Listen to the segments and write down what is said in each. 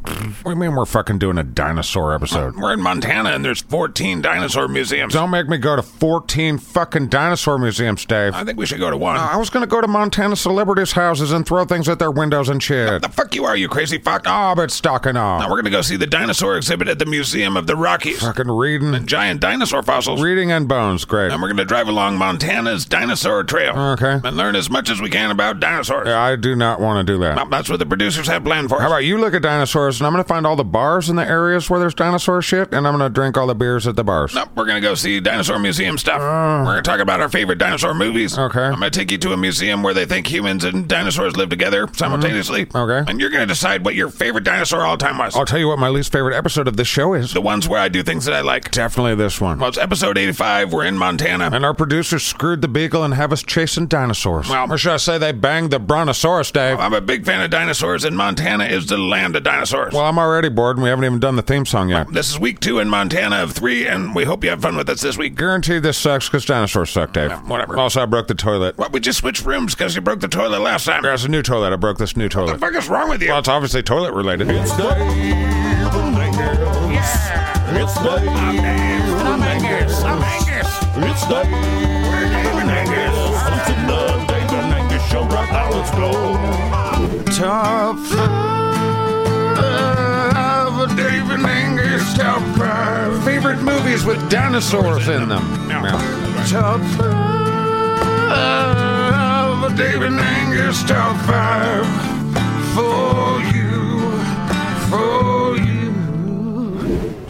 What do you mean we're fucking doing a dinosaur episode? We're in Montana and there's 14 dinosaur museums. Don't make me go to 14 fucking dinosaur museums, Dave. I think we should go to one. I was gonna go to Montana celebrities' houses and throw things at their windows and shit. the fuck you are, you crazy fuck? Ah. Oh, but stocking Now off. we're gonna go see the dinosaur exhibit at the Museum of the Rockies. Fucking reading. Giant dinosaur fossils. Reading and bones, great. And we're gonna drive along Montana's dinosaur trail. Okay. And learn as much as we can about dinosaurs. I do not want to do that. Well, that's what the producers have planned for us. How about you look at dinosaurs, and I'm going to find all the bars in the areas where there's dinosaur shit, and I'm going to drink all the beers at the bars. No, we're gonna go see dinosaur museum stuff. we're gonna talk about our favorite dinosaur movies. Ah. Okay. I'm gonna take you to a museum where they think humans and dinosaurs live together simultaneously. Mm-hmm. Okay. And you're gonna decide what your favorite dinosaur all time was. I'll tell you what my least favorite episode of this show is. The ones where I do things that I like. Definitely this one. Well, it's episode 85. We're in Montana. And our producers screwed the beagle and have us chasing dinosaurs. Well- Uh, or should I say they banged the brontosaurus, Dave? I'm a big fan of dinosaurs, and Montana is the land of dinosaurs. Well, I'm already bored, and we haven't even done the theme song yet. this is week two in Montana of three, and we hope you have fun with us this week. Guaranteed this sucks because dinosaurs suck, Dave. whatever. Also, I broke the toilet. What, we just switched rooms because you broke the toilet last time. What There's a new toilet. I broke this new the toilet. fuck is wrong with you? Well, it's obviously toilet related. It's Dave and Angus. I'm Angus. It's Dave and Angus. Listen to Dave and Angus show right now. Let's go. Top Uh, five Dave and Angus top five favorite movies with dinosaurs in them. Yeah. Top five Dave and Angus top five for you, for you.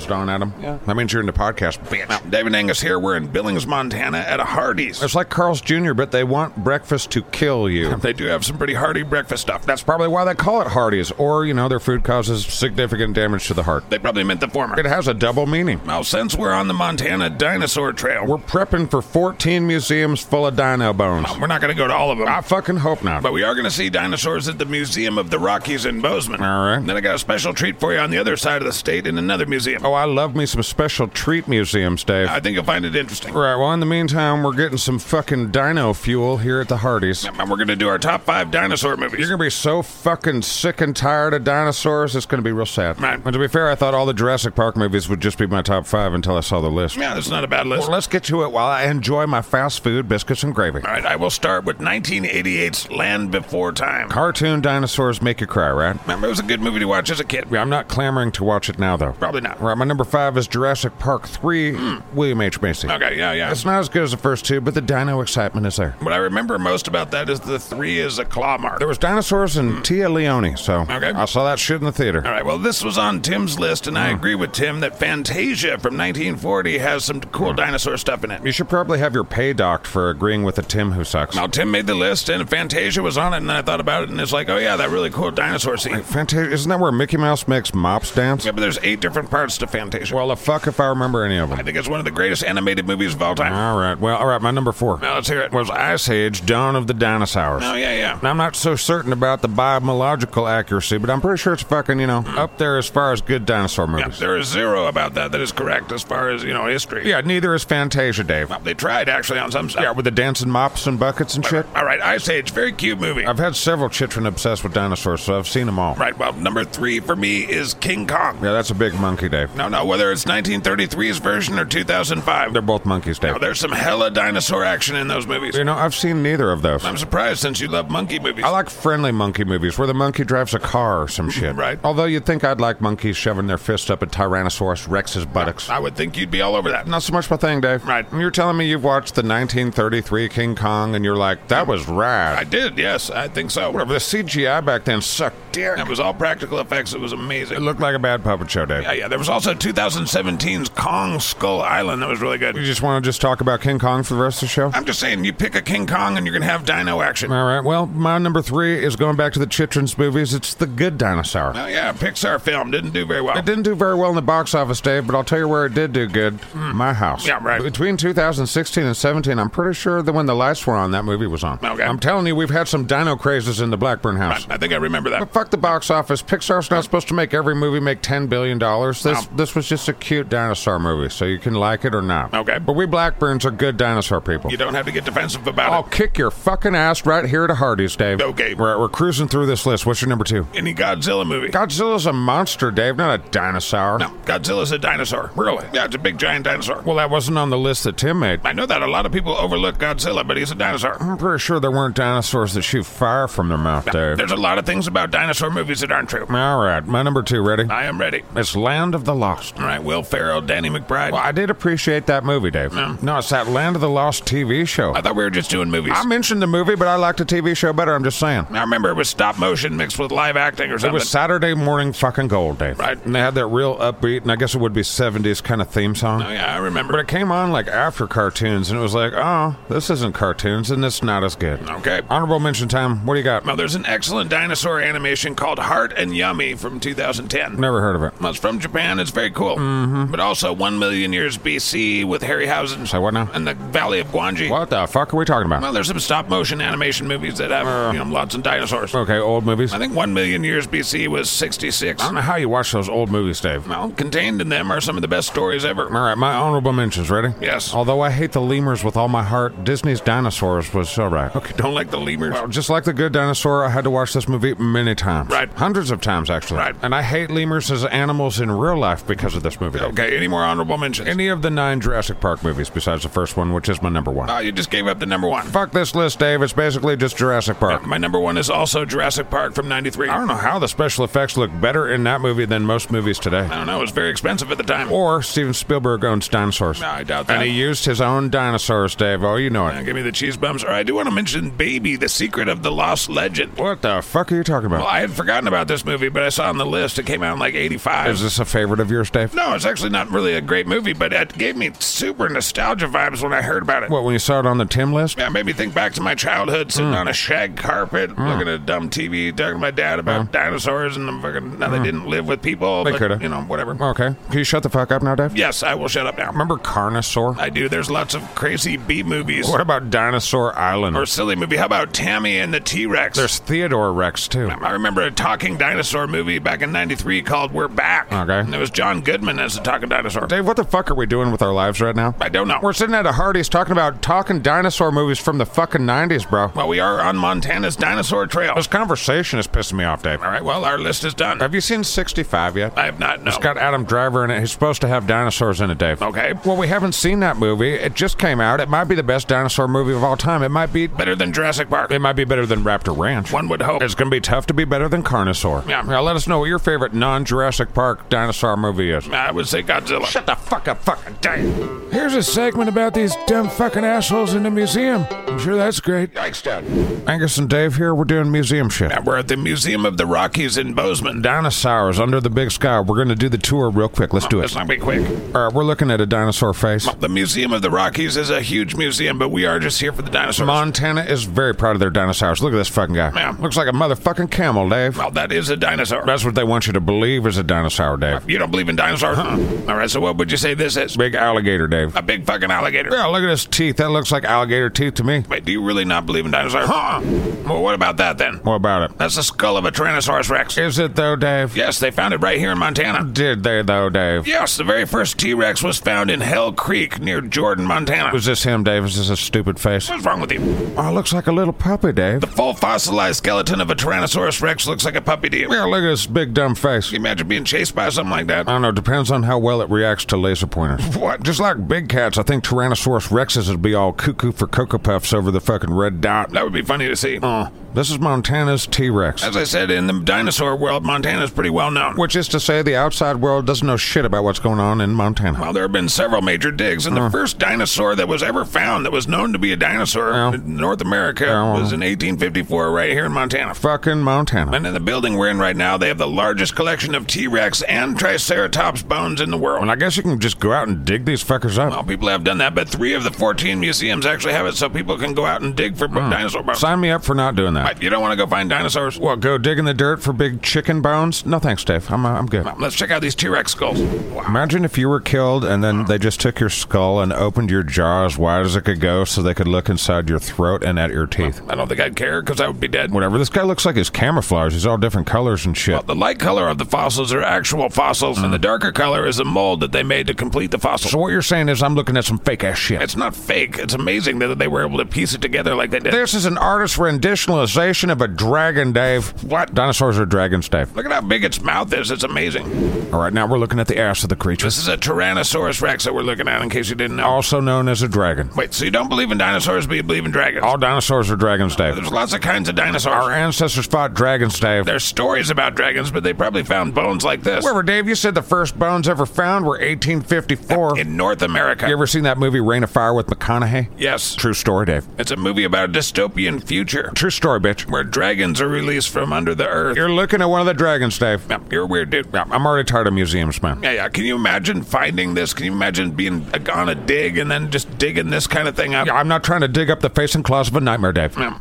Stone Adam. Yeah. That means you're in the podcast, bitch. Dave and Angus here. We're in Billings, Montana, at a Hardee's. It's like Carl's Jr., but they want breakfast to kill you. They do have some pretty hearty breakfast stuff. That's probably why they call it Hardee's, or, you know, their food causes significant damage to the heart. They probably meant the It former. has a double meaning. Now, since we're on the Montana Dinosaur Trail, We're we're, prepping for 14 museums full of dino bones. we're not going to go to all of them. I fucking hope not. But we are going to see dinosaurs at the Museum of the Rockies in Bozeman. All right. Then I got a special treat for you on the other side of the state in another museum. Oh, I love me some special treat museums, Dave. I think you'll find it interesting. Right, well, in the meantime, we're getting some fucking dino fuel here at the Hardee's. And we're going to do our top five dinosaur movies. You're gonna be so fucking sick and tired of dinosaurs, it's gonna be real sad. Right. And to be fair, I thought all the Jurassic Park movies would just be my top five until I saw the list. yeah, that's not a bad list. Well, let's get to it while I enjoy my fast food, biscuits, and gravy. All right, I will start with 1988's Land Before Time. Cartoon dinosaurs make you cry, right? Remember, it was a good movie to watch as a kid. Yeah, I'm not clamoring to watch it now, though. Probably not. Right, my number five is Jurassic Park 3, Hmm. William H. Macy. Okay, yeah, yeah. It's not as good as the first two, but the dino excitement is there. What I remember most about that is the three is a claw mark. There was dinosaurs and Tia Leone, so Hmm. Okay. I saw that shit in the theater. All right, well, this was on Tim's list, and I Mm. agree with Tim that Fantasia from 1940 has some Mm. cool dinosaur stuff in it. You should probably have your pay docked for agreeing with a Tim who sucks. Now, Tim made the list, and Fantasia was on it, and then I thought about it, and it's like, oh, yeah, that really cool dinosaur scene. Fantasia, isn't that where Mickey Mouse makes mops dance? Yeah, but there's eight different parts to Fantasia. Well, the fuck if I remember any of I them. think it's one of the greatest animated movies of all time. All right, well, all right, my number four Now, let's hear it. was Ice Age, Dawn of the Dinosaurs. Oh, yeah, yeah. Now, I'm not so certain about the biological accuracy, but I'm pretty sure it's fucking, you know, up there as far as good dinosaur Hmm. Yeah, movies. there is zero about that that is correct as far as, you know, history. Yeah, neither is Fantasia, Dave. Well, they tried, actually, on some stuff. Yeah, with the dancing mops and buckets and shit. All right, Ice Age, very cute movie. I've had several children obsessed with dinosaurs, so I've seen them all. right, well, number three for me is King Kong. Yeah, that's a big monkey, Dave. No, no, whether it's 1933's version or 2005, They're both monkeys, Dave. now, oh, there's some hella dinosaur action in those movies. You know, I've seen neither of those. I'm surprised since you love monkey movies. I like friendly monkey movies where the monkey drives a car or some shit. Right. Although you'd think I'd like monkeys shoving their fists up at Tyrannosaurus Rex's buttocks. I would think you'd be all over that. Not so much my thing, Dave. Right. You're telling me you've watched the 1933 King Kong and you're like, that was I rad. did, yes, I think so. The CGI back then sucked dick. It was all practical effects. It was amazing. It looked like a bad puppet show, Dave. yeah, yeah. There was also 2017's Kong Skull Island. That was really You good. just want to just talk about King Kong for the rest of the show? I'm just saying, you pick a King Kong and you're gonna have dino action. All right. Well, my number three is going back to the Chitrin's movies. It's The Good Dinosaur. Oh yeah, Pixar film didn't do very well. It didn't do very well in the box office, Dave, but I'll tell you where it did do good. My house. Mm. Yeah, right. Between 2016 and 17, I'm pretty sure that when the lights were on, that movie was on. Okay. I'm telling you, we've had some dino crazes in the Blackburn house. I think I remember that. Fuck the box office. Pixar's not supposed to make every movie make ten billion dollars. This this this was just a cute dinosaur movie, so you can like it or not. Okay. But we Blackburns are good dinosaur people. You don't have to get defensive about I'll kick your fucking ass right here to Hardy's, Dave. Okay. We're, we're cruising through this list. What's your number two? it. Any Godzilla movie? Godzilla's a monster, Dave, not a dinosaur. No, Godzilla's a dinosaur. Really? Yeah, it's a big giant dinosaur. Well, that wasn't on the list that Tim made. I know that a lot of people overlook Godzilla, but he's a dinosaur. I'm pretty sure there weren't dinosaurs that shoot fire from their mouth, Dave. There's a lot of things about dinosaur movies that aren't true. All right, my number two, ready? I am ready. It's Land of the Lost. All right, Will Ferrell, Danny McBride. Well, I did appreciate that movie, Dave. No. No, it's that Land of the Lost TV show. I thought we were just doing movies. I mentioned the movie, but I liked the TV show better. I'm just saying. I remember it was stop motion mixed with live acting or It something. was Saturday morning fucking gold, Dave. Right. And they had that real upbeat, and I guess it would be 70s kind of theme song. oh, yeah, I But remember. it came on like after cartoons, and it was like, oh, this isn't cartoons, and it's not as good. Okay. Honorable mention time. What do you got? Well, there's an excellent dinosaur animation called Heart and Yummy from 2010. Never heard of it. Well, It's from Japan. It's very cool. Mm-hmm. But also 1 million years BC with Harryhausen. Say what now? And the Valley of Guanji. What the fuck are we talking about? Well, there's some stop motion animation movies that have Uh. you know, lots of dinosaurs. Okay, old movies. I I think 1 million years BC was 66. don't know how you watch those old movies, Dave. Well, contained in them are some of the best stories ever. All right, my honorable mentions. Ready? Yes. Although I hate the lemurs with all my heart, Disney's Dinosaurs was all right. Okay. Don't like the lemurs. Just like the good dinosaur, I had to watch this movie many times. Right. Hundreds of times, actually. Right. And I hate lemurs as animals in real life because of this movie. Dave. okay, any more honorable mentions? Any of the nine Jurassic Park movies besides the first one, which is my number one. Oh, you just gave up the number one. Fuck this list, Dave. It's basically just Jurassic Park. My number one is also Jurassic Park from '93. I don't know how the special effects look better in that movie than most movies today. I don't know. It was very expensive at the time. Or Steven Spielberg owns dinosaurs. No, I doubt that. And he used his own dinosaurs, Dave. Oh, you know Uh, it. give me the cheese bumps. Or I do want to mention Baby, the secret of the lost legend. What the fuck are you talking Well, about? I had forgotten about this movie, but I saw on the list it came out in like '85. Is this a favorite of yours, Dave? no, it's actually not really a great movie, but it gave me super nostalgia vibes when I heard about it. What, when you saw it on the Tim list? Yeah, it made me think back to my childhood, sitting Hmm. on a shag carpet, looking at a dumb TV, talking to my dad about dinosaurs and the fucking. Now they didn't live with people, Hmm. They but coulda. you know, whatever. Okay. Can you shut the fuck up now, Dave? Yes, I will shut up now. Remember Carnosaur? I do. There's lots of crazy B movies What about Dinosaur or Island? silly movie. How about Tammy and the T Rex? There's Theodore Rex, too. I remember a talking dinosaur movie back in '93 called "We're Back." Okay. and it was John Goodman as a talking dinosaur. Dave, what the fuck are we doing with our lives right now? I don't know. We're sitting at a Hardee's talking about talking dinosaur movies from the fucking 90s, bro. well, we are on Montana's dinosaur trail. This conversation is pissing me off, Dave. All right. Well, our list is done. Have you seen 65 yet? I have not. No. It's got Adam Driver in it. He's supposed to have dinosaurs in it, Dave. okay. Well, we haven't seen that movie. It just came out. It might be the best dinosaur movie of all time. It might be. Better than Jurassic Park. It might be better than Raptor Ranch. One would hope. It's going to be tough to be better than Carnosaur. Yeah. Now let us know what your favorite non-Jurassic Park dinosaur movie is. I would say Godzilla. Shut the fuck up, fucking damn. Here's a segment about these dumb fucking assholes in the museum. I'm sure that's great. Yikes, Dad. Angus and Dave here. We're doing museum shit. Now, we're at the Museum of the Rockies in Bozeman. Dinosaurs under the big sky. We're going to do the tour real quick. Let's do it. Let's not be quick. All right, we're looking at a dinosaur face. The Museum of the Rockies is a huge museum, but we are just here for the dinosaurs. Montana is very proud of their dinosaurs. Look at this fucking guy. Yeah. Looks like a motherfucking camel, Dave. well, that is a dinosaur. That's what they want you to believe is a dinosaur, Dave. You don't believe in dinosaurs? huh? All right, so what would you say this is? Big alligator, Dave. A big fucking alligator. Yeah, look at his teeth. That looks like alligator teeth to me. Wait, do you really not believe in dinosaurs? Huh? Well, what about that then? What about it? That's the skull of a Tyrannosaurus Rex. Is it though, Dave? Yes, they found it right here in Montana. Did they though, Dave? Yes, the very first T Rex was found in Hell Creek near Jordan, Montana. Was this him, Dave? Is this a stupid face? What's wrong with you? Oh, looks like a little puppy, Dave. The full fossilized skeleton of a Tyrannosaurus Rex looks like a puppy to you. Can Yeah, look at this big dumb face. you imagine being chased by something like that? I don't know. Depends on how well it reacts to laser pointers. What? Just like big cats, I think Tyrannosaurus rexes would be all cuckoo for cocoa puffs over the fucking red dot. That would be funny to see. Uh, this is Montana's T Rex. As I said, in the dinosaur world, Montana's pretty well known. Which is to say, the outside world doesn't know shit about what's going on in Montana. Well, there have been several major digs, and the first dinosaur that was ever found that was known to be a dinosaur in North America was in 1854 right here in Montana. Fucking Montana. And in the building we're in right now, they have the largest collection of T Rex and Triceratops bones in the world. And I guess you can just go out and dig these fuckers up. Well, people have done that, but three of the 14 museums actually have it, so people can go out and dig for bo- dinosaur bones. Sign me up for not doing I- that. you don't want to go find dinosaurs. What, go dig in the dirt for big chicken bones? No thanks, Dave. I'm, uh, I'm good. Mom, let's check out these T Rex skulls. Wow. Imagine if you were killed and then they just took your skull and opened your jaw as wide as it could go so they could look inside your throat and at your teeth. I don't think I'd care because I would be dead. Whatever. This guy looks like his camouflage. He's all different colors and shit. The light color of the fossils are actual fossils, and the darker color is a mold that they made to complete the fossil. So what you're saying is I'm looking at some fake ass shit. It's not fake. It's amazing that they were able to piece it together like they did. This is an artist's renditionalization of a dragon, Dave. What? Dinosaurs are dragons, Dave. Look at how big its mouth is. It's amazing. All right, now we're looking at the ass of the creature, This is a Tyrannosaurus Rex that we're looking at, in case you didn't know. also known as a dragon. Wait, so you don't believe in dinosaurs, but you believe in dragons? All dinosaurs are dragons, Dave. There's lots of kinds of Our dinosaurs. ancestors fought dragons, Dave. There's stories about dragons, but they probably found bones like this Wherever, Dave, you said the first bones ever found were 1854. You in North America. ever seen that movie Rain of Fire with McConaughey? yes, True story, Dave. it's a movie about a dystopian future True story, bitch. where dragons are released from under the earth. You're looking at one of the dragons, Dave. Yeah, you're a weird dude. Yeah, I'm already tired of museums, man. yeah, yeah. Can you imagine finding this? Can you imagine being uh, on a dig and then just digging this kind of thing up? Yeah, I'm not trying to dig up the face and claws of a nightmare, Dave. Yeah.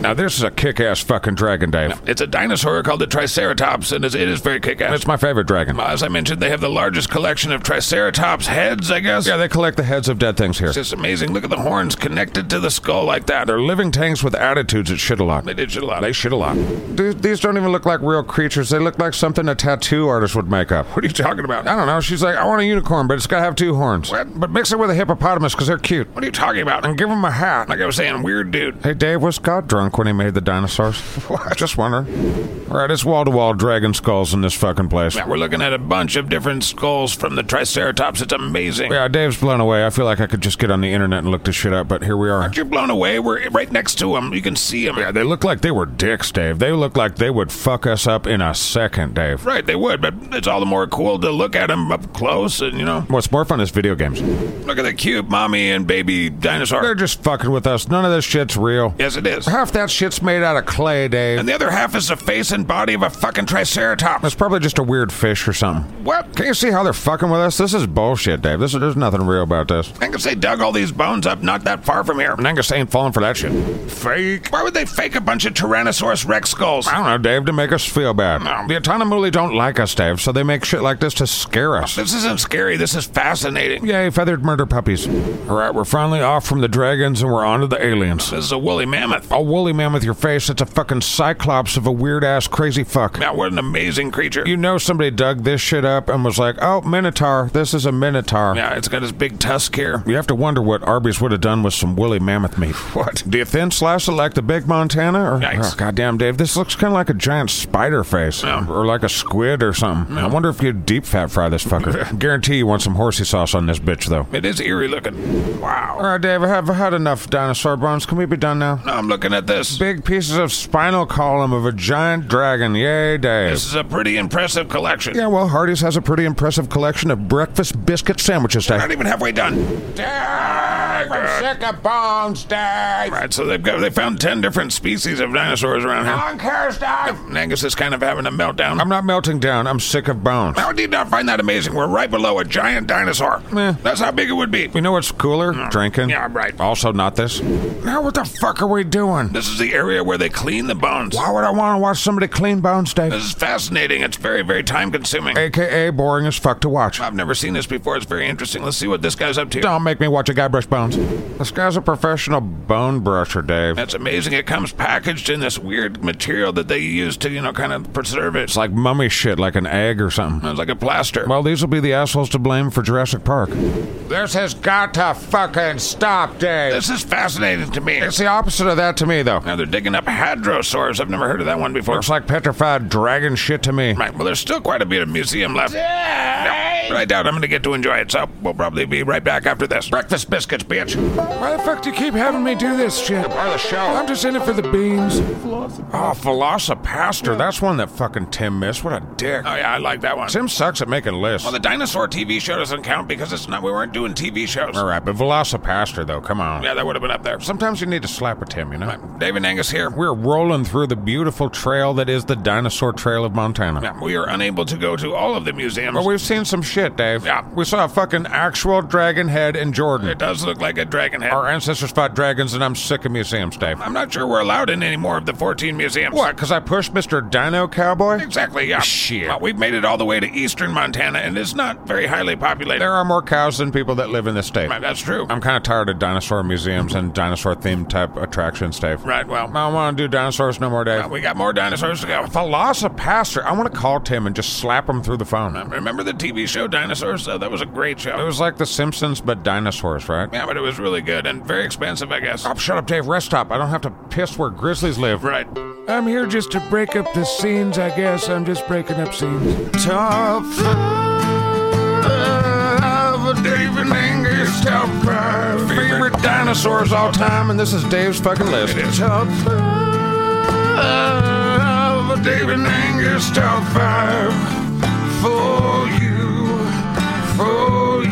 Now, this is a kick ass fucking dragon, Dave. It's a dinosaur called the Triceratops, and it's, it is very kick-ass. It's my favorite dragon. As I mentioned, they have the largest collection of Triceratops heads, I guess. Yeah, they collect the heads of dead things here. It's just amazing. Look at the horns connected to the skull like that. They're living tanks with attitudes that shit a lot. They did shit a lot. They shit a lot. What These, these don't even look like real creatures. They look like something a tattoo artist would make up. are you talking about? I don't know. She's like, I want a unicorn, but it's got to have two horns. What? But mix it with a hippopotamus because they're cute. What are you talking about? And give him a hat. Like I was saying, weird dude. Hey, Dave, was God drunk when he made the dinosaurs? Just wondering. All right, it's wall to wall dragon skulls in this fucking place. Yeah, we're looking at a bunch of different skulls from the Triceratops. It's amazing. Yeah, Dave's blown away. I feel like I could just get on the internet and look this shit up, but here we are. You're blown away. We're right next to them. You can see them. They look like they were dicks, Dave. They look like they would fuck us up in a second, Dave. Right, they would, but it's all the more cool to look at them up close and, you know, What's more fun is video games. look at the cute mommy and baby They're dinosaur. just fucking with us. None of this shit's real. Yes, it is. Half that shit's made out of clay, Dave. And the other half is the face and body of a fucking Triceratops. It's probably just a weird fish or something. What? Can you see how they're fucking with us? This is bullshit, Dave. This is, there's nothing real about this. I guess they dug all these bones up not that far from here. Angus ain't falling for that shit. Fake. Why would they fake a bunch of Tyrannosaurus Rex skulls? I don't know, Dave, to make us feel bad. No. The Atanamuli don't like us, Dave, so they make shit like this to scare us. This isn't scary. This is fascinating. Yay, feathered murder puppies. All right, we're finally off from the dragons and we're onto the aliens. This is a woolly mammoth. A woolly man with your face, it's a fucking cyclops of a weird ass crazy fuck. Now, what an amazing creature. You know somebody dug this shit up and was like, oh, Minotaur, this is a Minotaur. Yeah, it's got his big tusk here. You have to wonder what Arby's would have done with some woolly mammoth meat. What? Do you thin slice it like the big Montana? Or, Yikes. oh, goddamn, Dave, this looks kind of like a giant spider face, or like a squid or something. I wonder if you'd deep fat fry this fucker. Guarantee you want some horsey sauce on this bitch, though. It is eerie looking. Wow. All right, Dave, I have had enough dinosaur bones. Can we be done now? Now I'm looking at this. Big pieces of spinal column of a giant dragon. Yay, Dave. This is a pretty impressive collection. yeah, well, Hardee's has a pretty impressive collection of breakfast biscuit sandwiches, Dave. Not even halfway done. uh, I'm sick of bones, Dave. Right, so they've got they found ten different species of dinosaurs around here. And Angus is kind of having a meltdown. I'm not melting down. I'm sick of bones. How did you not find that amazing? We're right below a giant dinosaur. Eh. That's how big it would be. You know what's cooler? Drinking. Yeah, right. Also, not this. Now, what the fuck are we doing? This is the area where they clean the bones. Why would I want to watch somebody clean bones, Dave? This is fascinating. It's very, very time consuming. AKA boring as fuck to watch. I've never seen this before. It's very interesting. Let's see what this guy's up to. Don't make me watch a guy brush bones. This guy's a professional bone brusher, Dave. That's amazing. It comes packaged in this weird material that they use to, you know, kind of preserve it. It's It's like, like mummy shit, like an egg or something. it's like a plaster. Well, these will be the assholes to blame for Jurassic Park. This has got to fucking stop, Dave. this is fascinating to me. It's the opposite of that to me, though. Now they're digging up hadrosaurs. I've never heard of that one before. Looks like petrified dragon shit to me. Right. Well, there's still quite a bit of museum left. Yeah, but I doubt I'm going to get to enjoy it, so we'll probably be right back after this. Breakfast biscuits, bitch. Why the fuck do you keep having me do this shit? Part of the show. I'm just in it for the beans. Oh, Velocipaster. That's one that fucking Tim missed. What a dick. Oh yeah, I like that one. Tim sucks at making lists. Well, the dinosaur TV show doesn't count because it's not. We weren't doing TV shows. All right, but Velocipaster, though, come on. Yeah, that would have been up there. Sometimes you need to slap at Tim, you know? David Angus here. We're rolling through the beautiful trail that is the dinosaur trail of Montana. Yeah, we are unable to go to all of the museums. But we've seen some shit, Dave. Yeah. We saw a fucking actual dragon head in Jordan. It does look like a dragon head. Our ancestors fought dragons, and I'm sick of museums, Dave. I'm not sure we're allowed in any more of the 14 museums. What, because I pushed Mr. Dino Cowboy? Exactly, yeah. Shit. Well, we've made it all the way to eastern Montana, and it's not very highly populated. There are more cows than people that live in this state. Right, That's true. I'm kind of tired of dinosaur museums and dinosaur themed type attractions, Dave. right, well, I don't want to do dinosaurs no more, Dave. we got more dinosaurs to go. Velocipaster. I want to call Tim and just slap him through the phone. Remember the TV show Dinosaurs? Uh, that was a great It show. was like The Simpsons, but dinosaurs, right? Yeah, but it was really good and very expensive, I guess. Oh, shut up, Dave. Rest up. I don't have to piss where grizzlies live. Right. I'm here just to break up the scenes, I guess. I'm just breaking up scenes. Top Love David Angus, top five favorite dinosaurs all time, and this is Dave's fucking list. Top five David Angus, top five for you, for you.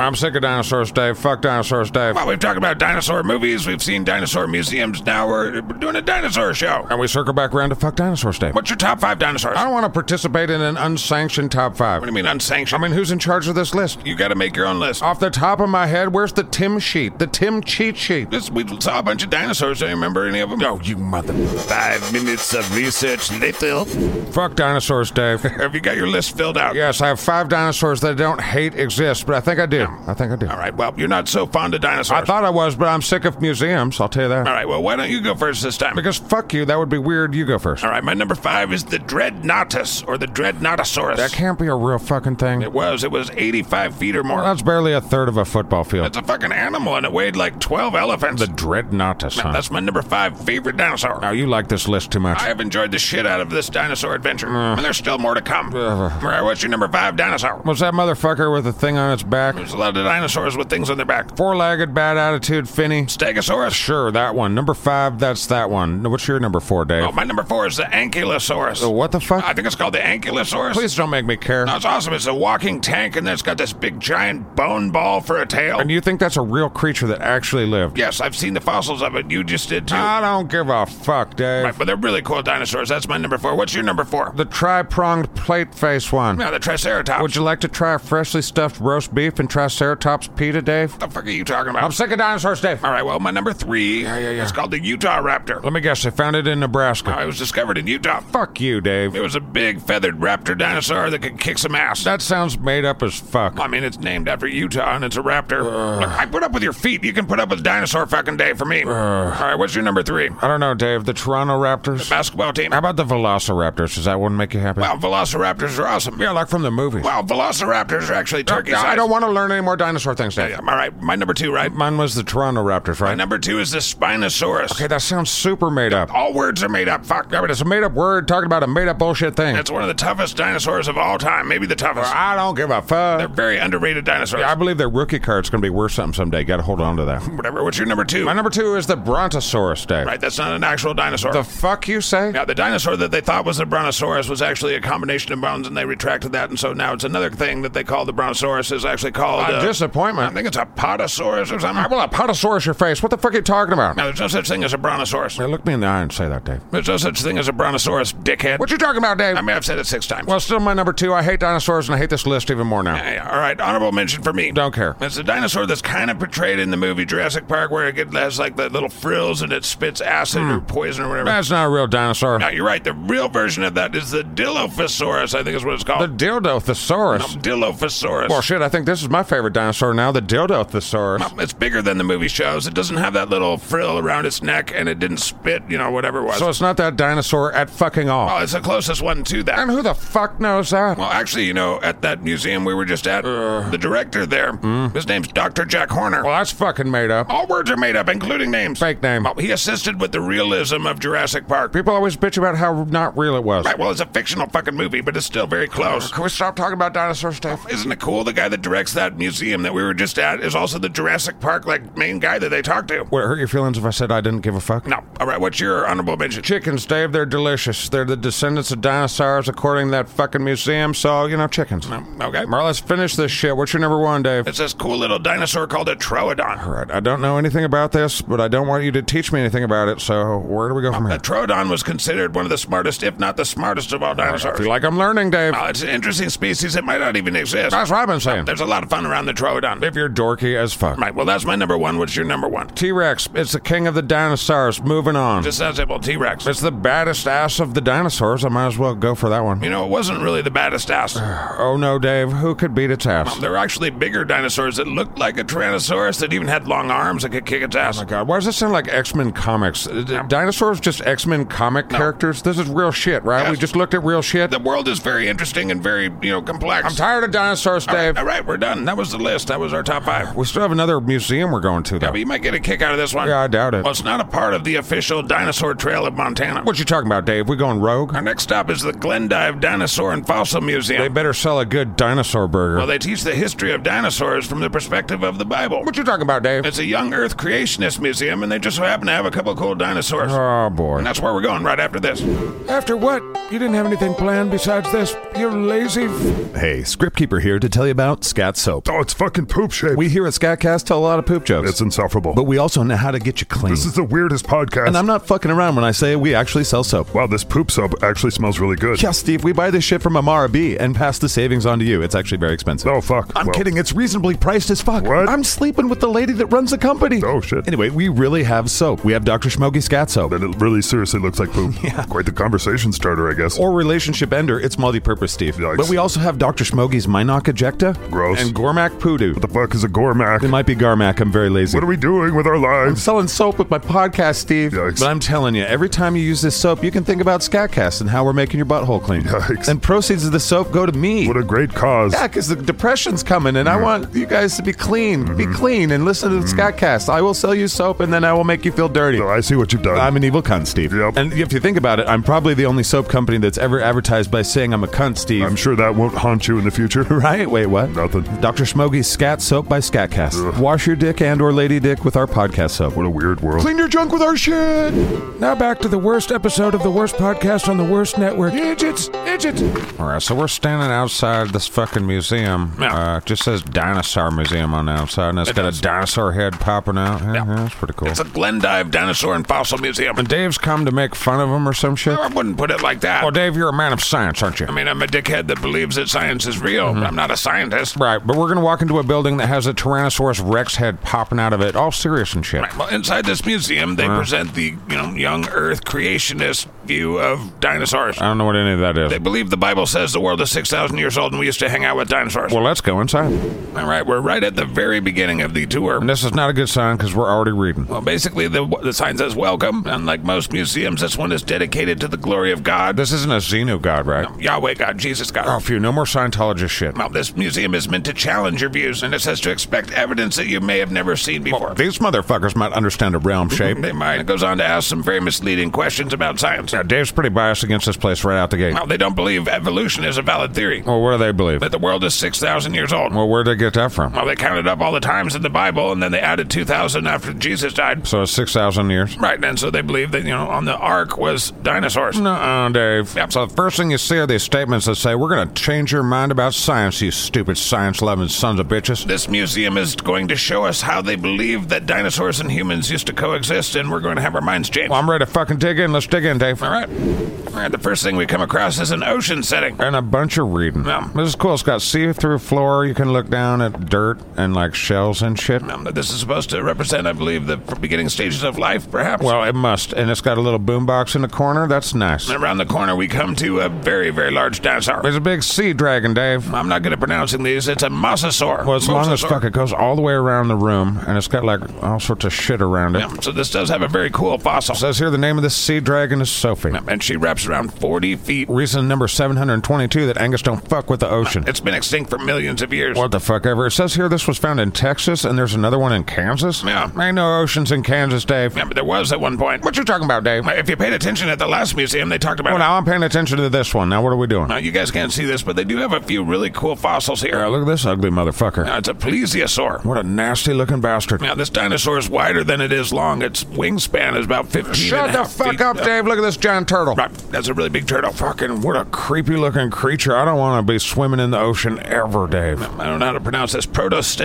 I'm sick of dinosaurs, Dave. Fuck dinosaurs, Dave. Well, we've talked about dinosaur movies, we've seen dinosaur museums, now we're we're doing a dinosaur show. And we circle back around to fuck dinosaurs, Dave. What's your top five dinosaurs? I don't want to participate in an unsanctioned top five. What Oh, do you mean I unsanctioned? Oh, mean, who's in charge of this list? you gotta make your own list. Off the top of my head, where's the Tim sheet? The Tim cheat sheet. This, we saw a bunch of dinosaurs. Do you remember any of them? No, you mother. Five minutes of research later. Fuck dinosaurs, Dave. Have you got your list filled out? yes, I have five dinosaurs that I don't hate exist, but I think I do. I think I do. All right. Well, you're not so fond of dinosaurs. I thought I was, but I'm sick of museums, I'll tell you that. All right. Well, why don't you go first this time? Because fuck you, that would be weird. You go first. All right. My number five is the Dreadnoughtus or the Dreadnoughtosaurus. That can't be a real fucking thing. it was. It was 85 feet or more. That's barely a third of a football field. That's a fucking animal, and it weighed like 12 elephants. The Dreadnoughtus, huh? That's my number five favorite dinosaur. Now, you like this list too much. I have enjoyed the shit out of this dinosaur adventure, Mm. and there's still more to come. All right. What's your number five dinosaur? Was that motherfucker with the thing on its back? There's a lot of dinosaurs with things on their back. Four-legged, bad attitude, Finny? Stegosaurus. Sure, that one. Number five, that's that one. What's your number four, Dave? Oh, my number four is the Ankylosaurus. What the fuck? I think it's called the Ankylosaurus. Uh, Please don't make me care. No, it's awesome. It's a walking tank, and it's got this big giant bone ball for a tail. And you think that's a real creature that actually lived? yes, I've seen the fossils of it. You just did too. I don't give a fuck, Dave. Right, but they're really cool dinosaurs. That's my number four. What's your number four? The tri-pronged plate face one. No, the Triceratops. Would you like to try freshly stuffed roast beef and triceratops pita, Dave? what the fuck are you talking about? I'm sick of dinosaurs, Dave. All right, well, my number three is called the Utah Raptor. Let me guess, they found it in Nebraska. Uh, it was discovered in Utah. fuck you, Dave. It was a big feathered raptor dinosaur that could kick some ass. that sounds made up as fuck. I mean, it's named after Utah, and it's a raptor. Look, I put up with your feet. You can put up with dinosaur fucking day for me. All right, what's your number three? I don't know, Dave. The Toronto Raptors? Basketball team. How about the Velociraptors? Does that one make you happy? Wow, velociraptors are awesome. yeah, like from the movies. Wow, velociraptors are actually turkey Oh, I sized. don't want to learn any more dinosaur things, Dave. Yeah, All right, my number two, right? Mine was the Toronto Raptors, My right? number two is the Spinosaurus. Okay, that sounds super made up. All words are made up. Fuck. Yeah, but it's a made up word talking about a made up bullshit thing. It's one of the toughest dinosaurs of all time. Maybe the toughest. I don't give a fuck. They're very underrated dinosaurs. I believe their rookie card's going to be worth something someday. Got to hold on to that. Whatever. What's your number two? My number two is the Brontosaurus, Dave. Right, that's not an actual dinosaur. The fuck you say? yeah, the dinosaur that they thought was the Brontosaurus was actually a combination of bones, and they retracted that, and so now it's another thing that they call the Brontosaurus is actually called. A uh, I disappointment. think it's a Potosaurus or something. Well, a potosaurus your face. What the fuck are you talking about? Now, there's no such thing as a Brontosaurus. Hey, look me in the eye and say that, Dave. There's no such thing as a Brontosaurus, dickhead. What you talking about, Dave? I mean, I've said it six times. well, still my number two. I hate dinosaurs and I hate this list even more now. Hey, all right, honorable mention for me. Don't care. It's a dinosaur that's kind of portrayed in the movie Jurassic Park, where it gets- has like the little frills and it spits acid Hmm. or poison or whatever. That's not a real dinosaur. Now you're right. The real version of that is the Dilophosaurus, I think is what it's The called. dildo thesaurus. Dilophosaurus. Well, shit, I think this is my favorite dinosaur now, the dildo thesaurus. it's bigger than the movie shows. It doesn't have that little frill around its neck, and it didn't spit, you know, whatever it was. So it's not that dinosaur at fucking all. oh, it's the closest one to that. And who the fuck knows that? Well, actually, you know, at that museum we were just at, the director there, his name's Dr. Jack Uh. Horner. Hmm. Well, that's fucking made up. All words are made up, including names. Fake name. Well, he assisted with the realism of Jurassic Park. People always bitch about how not real it was. Right, well, it's a fictional fucking movie, but it's still very close. Can we stop talking about dinosaurs, Dave? Isn't it cool? The guy that directs that museum that we were just at is also the Jurassic Park like main guy that they talked to. Would it hurt your feelings if I said I didn't give a fuck? No. All right. What's your honorable mention? Chickens, Dave, they're delicious. They're the descendants of dinosaurs, according to that fucking museum, so, you know, chickens. Um, okay. All right, let's finish this shit. What's your number one, Dave? It's this cool little dinosaur called a troodon. All right, I don't know anything about this, but I don't want you to teach me anything about it, so where do we go from A here? troodon was considered one of the smartest, if not the smartest, of all I dinosaurs. feel like I'm learning, Dave. Uh, it's an interesting species that might not even exist. That's what I've been saying. There's a lot of fun around the troodon. If you're dorky as fuck. Right. Well, that's my number one. What's your number one? T Rex, it's the king of the dinosaurs. Moving on. Just as well, T Rex. It's the baddest ass of the dinosaurs. I might as well go for that one. You know, it wasn't really the baddest ass. Oh no, Dave, who could beat its ass? There were actually bigger dinosaurs that looked like a Tyrannosaurus that even had long arms that could kick its ass. Oh my god, why does this sound like X Men comics? Uh, d- Dinosaurs just X Men comic characters? This is real shit, right? Yes. We just looked at real shit. the world is very interesting and very, you know, complex. I'm tired of dinosaurs, Dave. All right, we're done. That was the list. That was our top five. We still have another museum we're going to, though. But you might get a kick out of this one. Yeah, I doubt it. Well, it's not a part of the official dinosaur trail of Montana. What you talking about, Dave? We going rogue? Our next stop is the Glendive Dinosaur and Fossil Museum. They better sell a good dinosaur burger. well, they teach the history of dinosaurs from the perspective of the Bible. what you talking about, Dave? It's a young Earth creationist museum, and they just so happen to have a couple cool dinosaurs. Oh boy. And that's where we're going right after this. After what? You didn't have anything planned besides this. You lazy. F- Hey, Scriptkeeper here to tell you about Scat Soap. Oh, it's fucking poop shaped. We here at Scatcast tell a lot of poop jokes, it's insufferable. but we also know how to get you clean. this is the weirdest podcast. And I'm not fucking around when I say we actually sell soap. wow, this poop soap actually smells really good. Yeah, Steve, we buy this shit from Amara B and pass the savings on to you. It's actually very expensive. Oh, fuck. I'm Well, kidding. It's reasonably priced as fuck. What? I'm sleeping with the lady that runs the company. Oh, shit. Anyway, we really have soap. We have Dr. Smoggy Scat Soap. Then it really seriously looks like poop. Quite the conversation starter, I guess. Or relationship ender, it's multi-purpose, Steve. Yikes. But we also have Dr. Smoggy's Minoc Ejecta. Gross. And Gormac Poodoo. the fuck is a Gormac? It might be Garmac. I'm very lazy. What are we doing with our I'm lives? selling soap with my podcast, Steve. Yikes. But I'm telling you, every time you use this soap, you can think about Scatcast and how we're making your butthole clean. Yikes. And proceeds of the soap go to me. What a great cause. yeah, because the depression's coming, and I want you guys to be clean, be Mm-hmm. clean, and listen to the Scatcast. I will sell you soap, and then I will make you feel dirty. No, I see what you've done. I'm an evil cunt, Steve. Yep. And if you think about it, I'm probably the only soap company that's ever advertised by saying I'm a cunt, Steve. I'm sure that won't haunt you in the future. right? Wait, what? Nothing. Dr. Smoggy's Scat Soap by Scatcast. Ugh. Wash your dick and or lady dick with our podcast soap. What a weird world. Clean your junk with our shit. Now back to the worst episode of the worst podcast on the worst network. Idiots, idiots. All right, so we're standing outside this fucking museum. Yeah. Uh, it just says dinosaur museum on the outside, and it's got does. a dinosaur head popping out. Yeah, Yeah. yeah, that's pretty cool. It's a Glendive Dinosaur and Fossil Museum. and Dave's come to make fun of him or some shit. No, I wouldn't put it like that. Well, Dave, you're a man of science, aren't you? I mean, I'm a dickhead that believes that science is real. Mm-hmm. but I'm not a scientist. Right, but we're gonna walk into a building that has a Tyrannosaurus Rex head popping out of it, all serious and shit. Right, Well, inside this museum, Uh-huh. they present the you know young Earth creationist view of dinosaurs. I don't know what any of that is. they believe the Bible says the world is six thousand years old, and we used to hang out with dinosaurs. well, let's go inside. All right, we're right at the very beginning of the tour. And this is not a good sign because we're already reading. Well, basically, the the sign says "Welcome." Unlike most museums, this one is dedicated to the glory of God, This isn't a Xeno god, right? Yahweh God, Jesus God. Oh, phew, no more Scientologist shit. Well, this museum is meant to challenge your views, and it says to expect evidence that you may have never seen before. These motherfuckers might understand a realm shape. They might. It goes on to ask some very misleading questions about science. Yeah, Dave's pretty biased against this place right out the gate. Well, they don't believe evolution is a valid theory, Well, what do they believe? that the world is 6,000 years old. Well, where'd they get that from? Well, they counted up all the times in the Bible, and then they added 2,000 after Jesus died. So it's 6,000 years? Right, and so they believe that, you know, on the ark was dinosaurs. No, Dave. Yep. So the first thing you see are these statements that say, we're going to change your mind about science, you stupid science-loving sons of bitches. This museum is going to show us how they believe that dinosaurs and humans used to coexist, and we're going to have our minds changed. Well, I'm ready to fucking dig in. Let's dig in, Dave. all right. All right, the first thing we come across is an ocean setting. And a bunch of reading. Yeah. This is cool. It's got see-through floor. You can look down at dirt and, like, shells and shit. Um, this is supposed to represent, I believe, the beginning stages of life, perhaps. Well, it must. And it's got a little boombox in the corner. That's nice. And around the corner, we come to a very, very large dinosaur. There's a big sea dragon, Dave. I'm not good at pronouncing these. It's a mosasaur. Well, it's long as Mosasaur. fuck. It goes all the way around the room, and it's got like all sorts of shit around it. Yeah, so this does have a very cool fossil. Says here the name of this sea dragon is Sophie. And she wraps depths around 40 feet. Reason number 722 that Angus don't fuck with the ocean. It's been extinct for millions of years. What the fuck ever? It says here this was found in Texas and there's another one in Kansas? Yeah. Ain't no oceans in Kansas, Dave. Yeah, but there was at one point. What you talking about, Dave? If you paid attention at the last museum, they talked about. Well, now I'm paying attention to this one. Now, what are we doing? Now, you guys can't see this, but they do have a few really cool fossils here. Uh, look at this ugly motherfucker. Now, it's a plesiosaur. What a nasty looking bastard. Now, this dinosaur is wider than it is long. Its wingspan is about 15 Shut and a the half fuck feet. up, Dave. Look at this giant turtle. Right, that's a really big turtle. Fucking what a creepy looking creature. I don't want to be swimming in the ocean ever, Dave. I don't know how to pronounce this.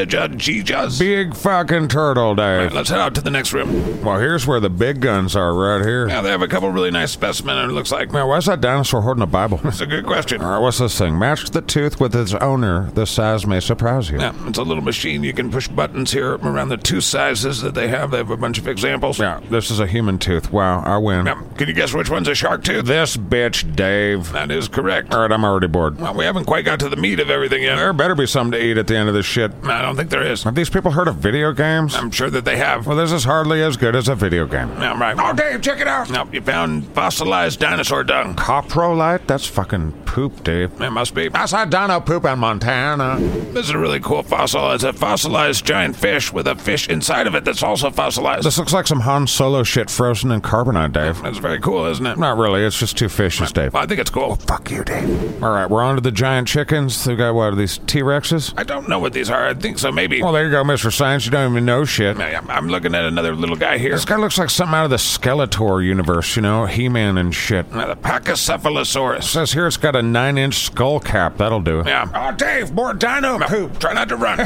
Protostegia Big fucking turtle, Dave. Let's head out to the next room. Well, here's where the big guns are, right here. Now, they have a couple really nice specimen. and it looks like. Man, why's that dinosaur holding a Bible? It's a good question. All right, what's this thing? Match the tooth with its owner. The size may surprise you. Yeah, it's a little machine. You can push buttons here around the two sizes that they have. They have a bunch of examples. Yeah, this is a human tooth. Wow, I win. Now, can you guess which one's a shark tooth? This bitch, Dave. That is correct. All right, I'm already bored. Well, we haven't quite got to the meat of everything yet. There better be something to eat at the end of this shit. I don't think there is. Have these people heard of video games? I'm sure that they have. Well, this is hardly as good as a video game. Yeah, right. Oh, Dave, check it out. Now, you found fossilized dinosaur dung. Coprolite? That's fucking poop, Dave. It must be. I saw dino poop in Montana. This is a really cool fossil. It's a fossilized giant fish with a fish inside of it that's also fossilized. This looks like some Han Solo shit frozen in carbonite, Dave. That's very cool, isn't it? Not really, it's just two fishes, Dave. Well, I think it's cool. Oh, fuck you, Dave. All right, we're on to the giant chickens. We got, what, are these T-Rexes? I don't know what these are. I think so, maybe. Well, there you go, Mr. Science. You don't even know shit. I- I'm I'm looking at another little guy here. This guy looks like something out of the Skeletor universe, you know, He-Man and shit. Now, the Pachycephalosaurus. says here it's got a nine-inch skull cap. That'll do. Yeah. Oh, Dave, more dino poop. Try not to run.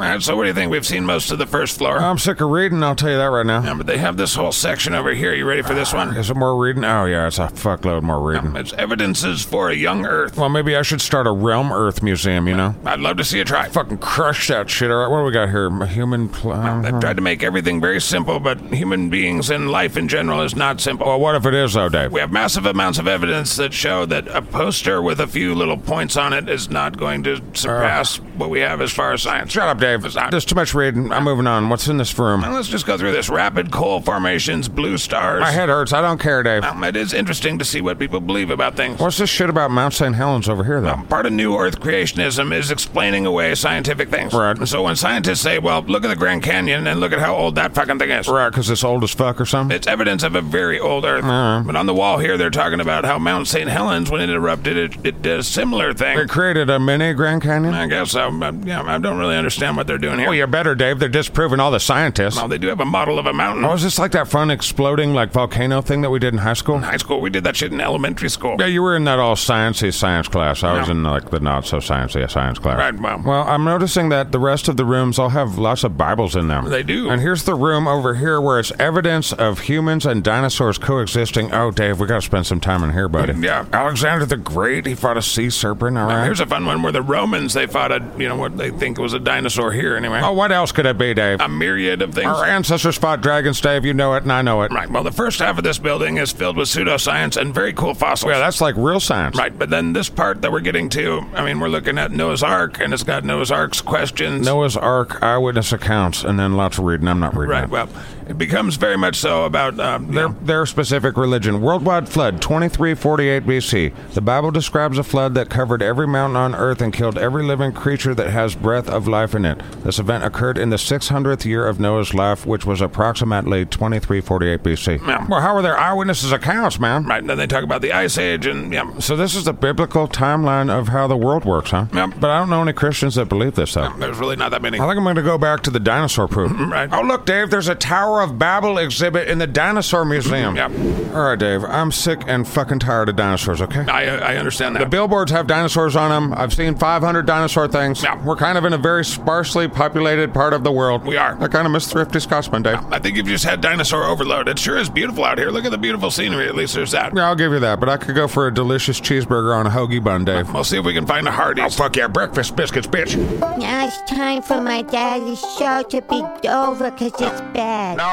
All right, so what do you think? We've seen most of the first floor. I'm sick of reading. I'll tell you that right now. Yeah, but they have this whole section over here. You ready for this one? Is it more reading? Oh yeah, it's a fuckload more reading. It's evidences for a young Earth. Well, maybe I should start a Realm Earth museum. You know, I'd love to see a try. fucking crush that shit. All right, what do we got here? A human. Pl- They've uh, tried to make everything very simple, but human beings and life in general is not simple. well, what if it is though, Dave? We have massive amounts of evidence that show that a poster with a few little points on it is not going to surpass what we have as far as science. Shut up, Dave. It's not. There's too much reading. I'm moving on. What's in this room? Now, Let's just go through this rapid coal formations, blue stars. My head hurts. I don't care, Dave. Um, it is interesting to see what people believe about things. Um, What's this shit about Mount St. Helens over here, though? Part of New Earth creationism is explaining away scientific things. Right. So when scientists say, well, look at the Grand Canyon and look at how old that fucking thing is. Right, because it's old as fuck or something. It's evidence of a very old Earth. Uh-huh. But on the wall here, they're talking about how Mount St. Helens, when it erupted, it, it did a similar They thing. created a mini Grand Canyon. I guess I, I, yeah, I don't really understand what they're doing here. Well, you're better, Dave. They're disproving all the scientists. Well, they do have a model of a mountain. Oh, is this like that fun exploding like volcano thing that we did in high school? in high school, we did that shit in elementary school. Yeah, you were in that all sciencey science class. I was in like the not so sciencey science class. Right, well. Well, I'm noticing that the rest of the rooms all have lots of Bibles in them. They do. And here's the room over here where it's evidence of humans and dinosaurs coexisting. Oh, Dave, we got to spend some time in here, buddy. Yeah. Alexander the Great, he fought a sea serpent. All right. Here's a fun one where the Romans they fought a you know what they think was a dinosaur here anyway. oh, what else could it be, Dave? A myriad of things. Our ancestors fought dragons, Dave. You know it, and I know it. Right. Well, the first half of this building is filled with pseudoscience and very cool fossils. Yeah, that's like real science. right. But then this part that we're getting to, I mean, we're looking at Noah's Ark, and it's got Noah's Ark's questions. Noah's Ark eyewitness accounts, and then lots of reading. I'm not reading. Right. that. Well, it becomes very much so about um, Their, their. their specific religion. Worldwide flood, 2348 BC. The Bible describes a flood that covered every mountain on earth and killed every living creature that has breath of life in it. This event occurred in the 600th year of Noah's life, which was approximately 2348 BC. Yeah. Well, how are their eyewitnesses' accounts, man? Right. And then they talk about the Ice Age, and yeah. So this is the biblical timeline of how the world works, huh? Yeah. But I don't know any Christians that believe this, though. There's really not that many. I think I'm going to go back to the dinosaur proof. Right. Oh, look, Dave, there's a Tower of Babel exhibit in the Dinosaur Museum. Mm-hmm. Yep. All right, Dave, I'm sick and fucking tired of dinosaurs, okay? I I understand that. The billboards have dinosaurs on them. I've seen 500 dinosaur things. Yeah. We're kind of in a very sparsely populated part of the world. We are. I kind of miss Thrifty Scotsman, Dave. I think you've just had dinosaur overload. It sure is beautiful out here. Look at the beautiful scenery. At least there's that. Yeah, I'll give you that, but I could go for a delicious cheeseburger on a hoagie bun, Dave. We'll see if we can find a Hardee's. Oh, fuck yeah, breakfast biscuits, bitch. Now it's time for my daddy's show to be over because it's bad. No.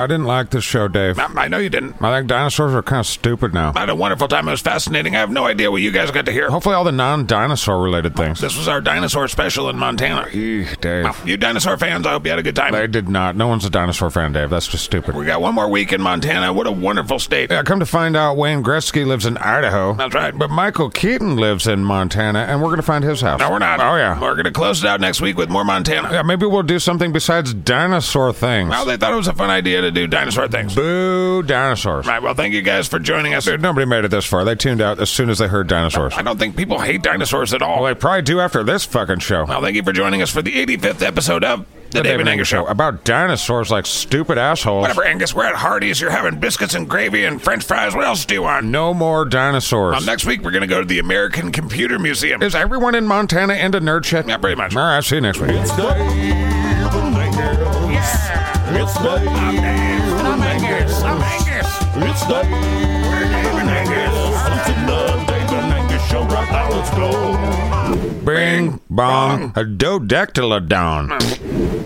I didn't like this show, Dave. I, I know you didn't. I think dinosaurs are kind of stupid now. I had a wonderful time. It was fascinating. I have no idea what you guys got to hear. Hopefully, all the non-dinosaur related things. This was our dinosaur special in Montana. Eek, Dave. Well, you dinosaur fans, I hope you had a good time. I did not. No one's a dinosaur fan, Dave. That's just stupid. We got one more week in Montana. What a wonderful state. Yeah, come to find out, Wayne Gretzky lives in Idaho, That's right. but Michael Keaton lives in Montana, and we're gonna find his house. No, we're not. Oh yeah. We're gonna close it out next week with more Montana. Yeah, maybe we'll do something besides dinosaur things. Well, they thought it was a fun idea to do dinosaur things. Boo, dinosaurs. Right. Well, thank you guys for joining us. Nobody made it this far. They tuned out as soon as they heard dinosaurs. I don't think people hate dinosaurs at all. Well, Oh, they probably do after this fucking show. Well, thank you for joining us for the 85th episode of The, David Angus Show. about dinosaurs like stupid assholes. Whatever, Angus, we're at Hardee's. You're having biscuits and gravy and french fries. What else do you want? No more dinosaurs. Well, next week, we're going to go to the American Computer Museum. Is everyone in Montana into nerd shit? Yeah, pretty much. All right, see you next week. It's Dave and Angus. It's Dave and Angus. It's Dave and Angus. It's the Dave and Angus Show. Right now, let's go. Bing, bong, a dodectilodon.